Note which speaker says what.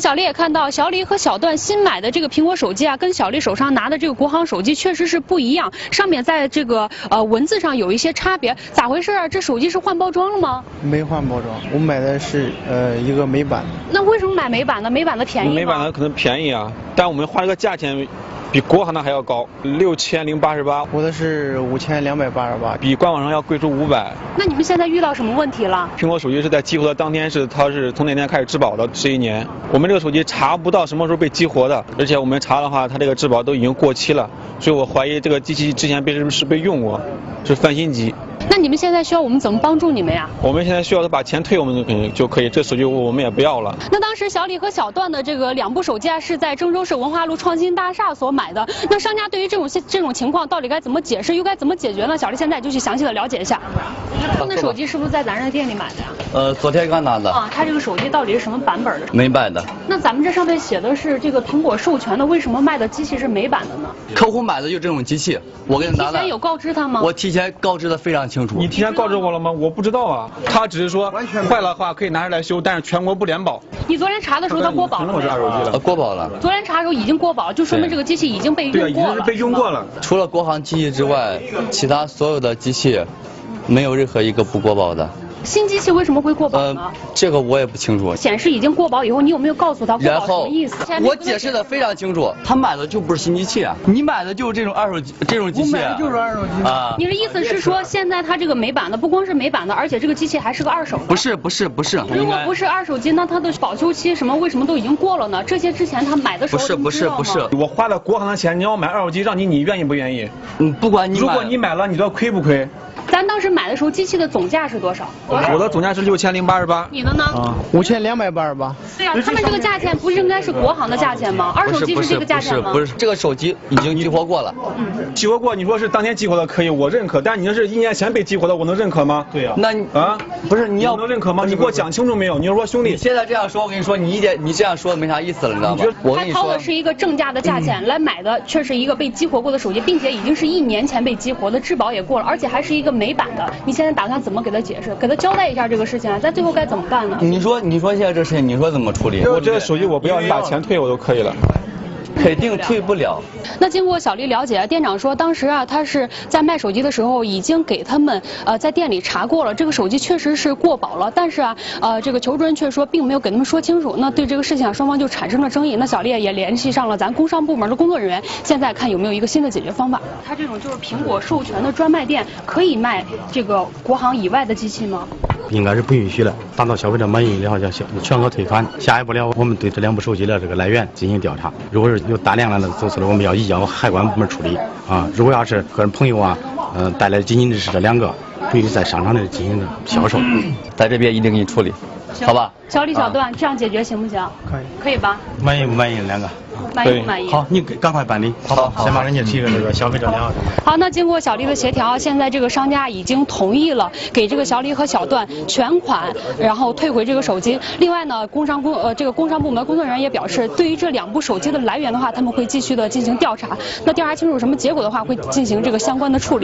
Speaker 1: 小丽也看到，小李和小段新买的这个苹果手机啊，跟小丽手上拿的这个国行手机确实是不一样，上面在这个呃文字上有一些差别，咋回事啊？这手机是换包装了吗？
Speaker 2: 没换包装，我买的是呃一个美版。
Speaker 1: 那为什么买美版的？美版的便宜吗？
Speaker 3: 美版的可能便宜啊，但我们花这个价钱比国行的还要高，六千零八十八，
Speaker 2: 我的是五千两百八十八。
Speaker 3: 比官网上要贵出五百。
Speaker 1: 那你们现在遇到什么问题了？
Speaker 3: 苹果手机是在激活的当天是它是从那天开始质保的，十一年。我们这个手机查不到什么时候被激活的，而且我们查的话，它这个质保都已经过期了，所以我怀疑这个机器之前被是不是被用过，是翻新机。
Speaker 1: 那你们现在需要我们怎么帮助你们呀？
Speaker 3: 我们现在需要他把钱退我们就可以就可以，这手机我们也不要了。
Speaker 1: 那当时小李和小段的这个两部手机啊，是在郑州市文化路创新大厦所买的。那商家对于这种现这种情况到底该怎么解释，又该怎么解决呢？小丽现在就去详细的了解一下。他们的手机是不是在咱这个店里买的呀？
Speaker 4: 呃，昨天刚拿的，
Speaker 1: 啊，他这个手机到底是什么版本的？
Speaker 4: 美版的，
Speaker 1: 那咱们这上面写的是这个苹果授权的，为什么卖的机器是美版的呢？
Speaker 4: 客户买的就这种机器，我给他拿
Speaker 1: 提
Speaker 4: 来
Speaker 1: 前有告知他吗？
Speaker 4: 我提前告知的非常清楚
Speaker 3: 你。提前告知我了吗？我不知道啊，他只是说坏了的话可以拿出来修，但是全国不联保。
Speaker 1: 你昨天查的时候它过保了
Speaker 3: 我是
Speaker 1: 没
Speaker 3: 二手
Speaker 1: 有？
Speaker 3: 机
Speaker 4: 呃，
Speaker 3: 了，
Speaker 4: 过保了。
Speaker 1: 昨天查的时候已经过保，就说明
Speaker 4: 对
Speaker 1: 这个机器已经被
Speaker 3: 对啊，
Speaker 1: 用
Speaker 3: 已
Speaker 1: 过
Speaker 3: 经是
Speaker 1: 了。
Speaker 3: 被用过了。
Speaker 4: 除了国行机器之外，其他所有的机器没有任何一个不过保的。
Speaker 1: 新机器为什么会过保呢？
Speaker 4: 呃，这个我也不清楚。
Speaker 1: 显示已经过保以后，你有没有告诉他过
Speaker 4: 然
Speaker 1: 保什么
Speaker 4: 后
Speaker 1: 意思？
Speaker 4: 呃我解释的非常清楚，他买的就不是新机器啊，你买的就是这种二手机这种机器。
Speaker 2: 我买的就是二手机
Speaker 4: 啊
Speaker 1: 你。的意思是说，现在它这个美版的不光是美版的，而且这个机器还是个二手的。
Speaker 4: 不是不是不是，
Speaker 1: 如果不
Speaker 4: 是
Speaker 1: 是二手机，那它的保修期什么为什么都已经过了呢？这些之前他买的时
Speaker 4: 不
Speaker 1: 候
Speaker 4: 是不是
Speaker 1: 他们
Speaker 4: 不
Speaker 1: 知道
Speaker 4: 是
Speaker 1: 吗，
Speaker 3: 我花了国行的钱，你让我买二手机，让你你愿意不愿意？
Speaker 4: 嗯，不管你
Speaker 3: 如果你
Speaker 4: 买
Speaker 3: 买了，你知道亏不亏？
Speaker 1: 咱当时买的时候，机器的总价是多少？
Speaker 3: 我的总价是六千零八十八。
Speaker 1: 你的呢？
Speaker 3: 啊，
Speaker 2: 五千两百八十八。
Speaker 1: 对呀、他们这个价钱不是应该是国行的价钱吗？二
Speaker 4: 不
Speaker 1: 手
Speaker 4: 是
Speaker 1: 机
Speaker 4: 不
Speaker 1: 是这
Speaker 4: 是
Speaker 1: 个价
Speaker 4: 不
Speaker 1: 钱
Speaker 4: 是
Speaker 1: 吗？
Speaker 4: 不是，这个手机已经激活过了，
Speaker 3: 激活过，你说是当天激活的可以，我认可。但你这是一年前被激活的，我能认可吗？对呀
Speaker 4: 那你
Speaker 3: 啊，
Speaker 4: 不是你要
Speaker 3: 能认可吗？你给我讲清楚没有？你说兄弟
Speaker 4: 你，现在这样说，我跟你说，你一点你这样说没啥意思了，你知道吗
Speaker 3: 你觉得？
Speaker 4: 我
Speaker 1: 他
Speaker 4: 跟你
Speaker 1: 掏
Speaker 4: 说嗯
Speaker 1: 的，是一个正价的价钱来买的，却是一个被激活过的手机，并且已经是一年前被激活的，质保也过了，而且还是一个美版的。你现在打算怎么给他解释，给他交代一下这个事情啊？咱最后该怎么办呢？
Speaker 4: 你说你说现在这事情，你说怎么处理？
Speaker 3: 我这个手机我不要，你把钱退我就可以了。
Speaker 4: 肯定退不了。
Speaker 1: 那经过小丽了解，店长说，当时啊，他是在卖手机的时候已经给他们呃在店里查过了，这个手机确实是过保了，但是啊，呃，这个求助人却说并没有给他们说清楚。那对这个事情啊，双方就产生了争议。那小丽啊也联系上了咱工商部门的工作人员，现在看有没有一个新的解决方法。他这种就是苹果授权的专卖店，可以卖这个国行以外的机器吗？
Speaker 5: 应该是不允许了。达到消费者满意的话，将全全额退返。下一步了，我们对这两部手机的这个来源进行调查。如果是有大量的走私了，我们要移交海关部门处理啊。如果要是个人朋友啊，嗯、带来仅仅只是这两个，不许在商场内进行销售。
Speaker 4: 嗯在这边一定给你处理，
Speaker 1: 行
Speaker 4: 好吧？
Speaker 1: 小李、小段，这样解决行不行？
Speaker 2: 可以。
Speaker 1: 可以吧？
Speaker 5: 满意不满意？两个。
Speaker 1: 满意不满意？
Speaker 5: 好，你赶快办理，好吧？先把人家这个这个消费者良好。
Speaker 1: 好，那经过小丽的协调，现在这个商家已经同意了给这个小李和小段全款，然后退回这个手机。另外呢，工商工呃这个工商部门工作人员也表示，对于这两部手机的来源的话，他们会继续的进行调查。那调查清楚什么结果的话，会进行这个相关的处理。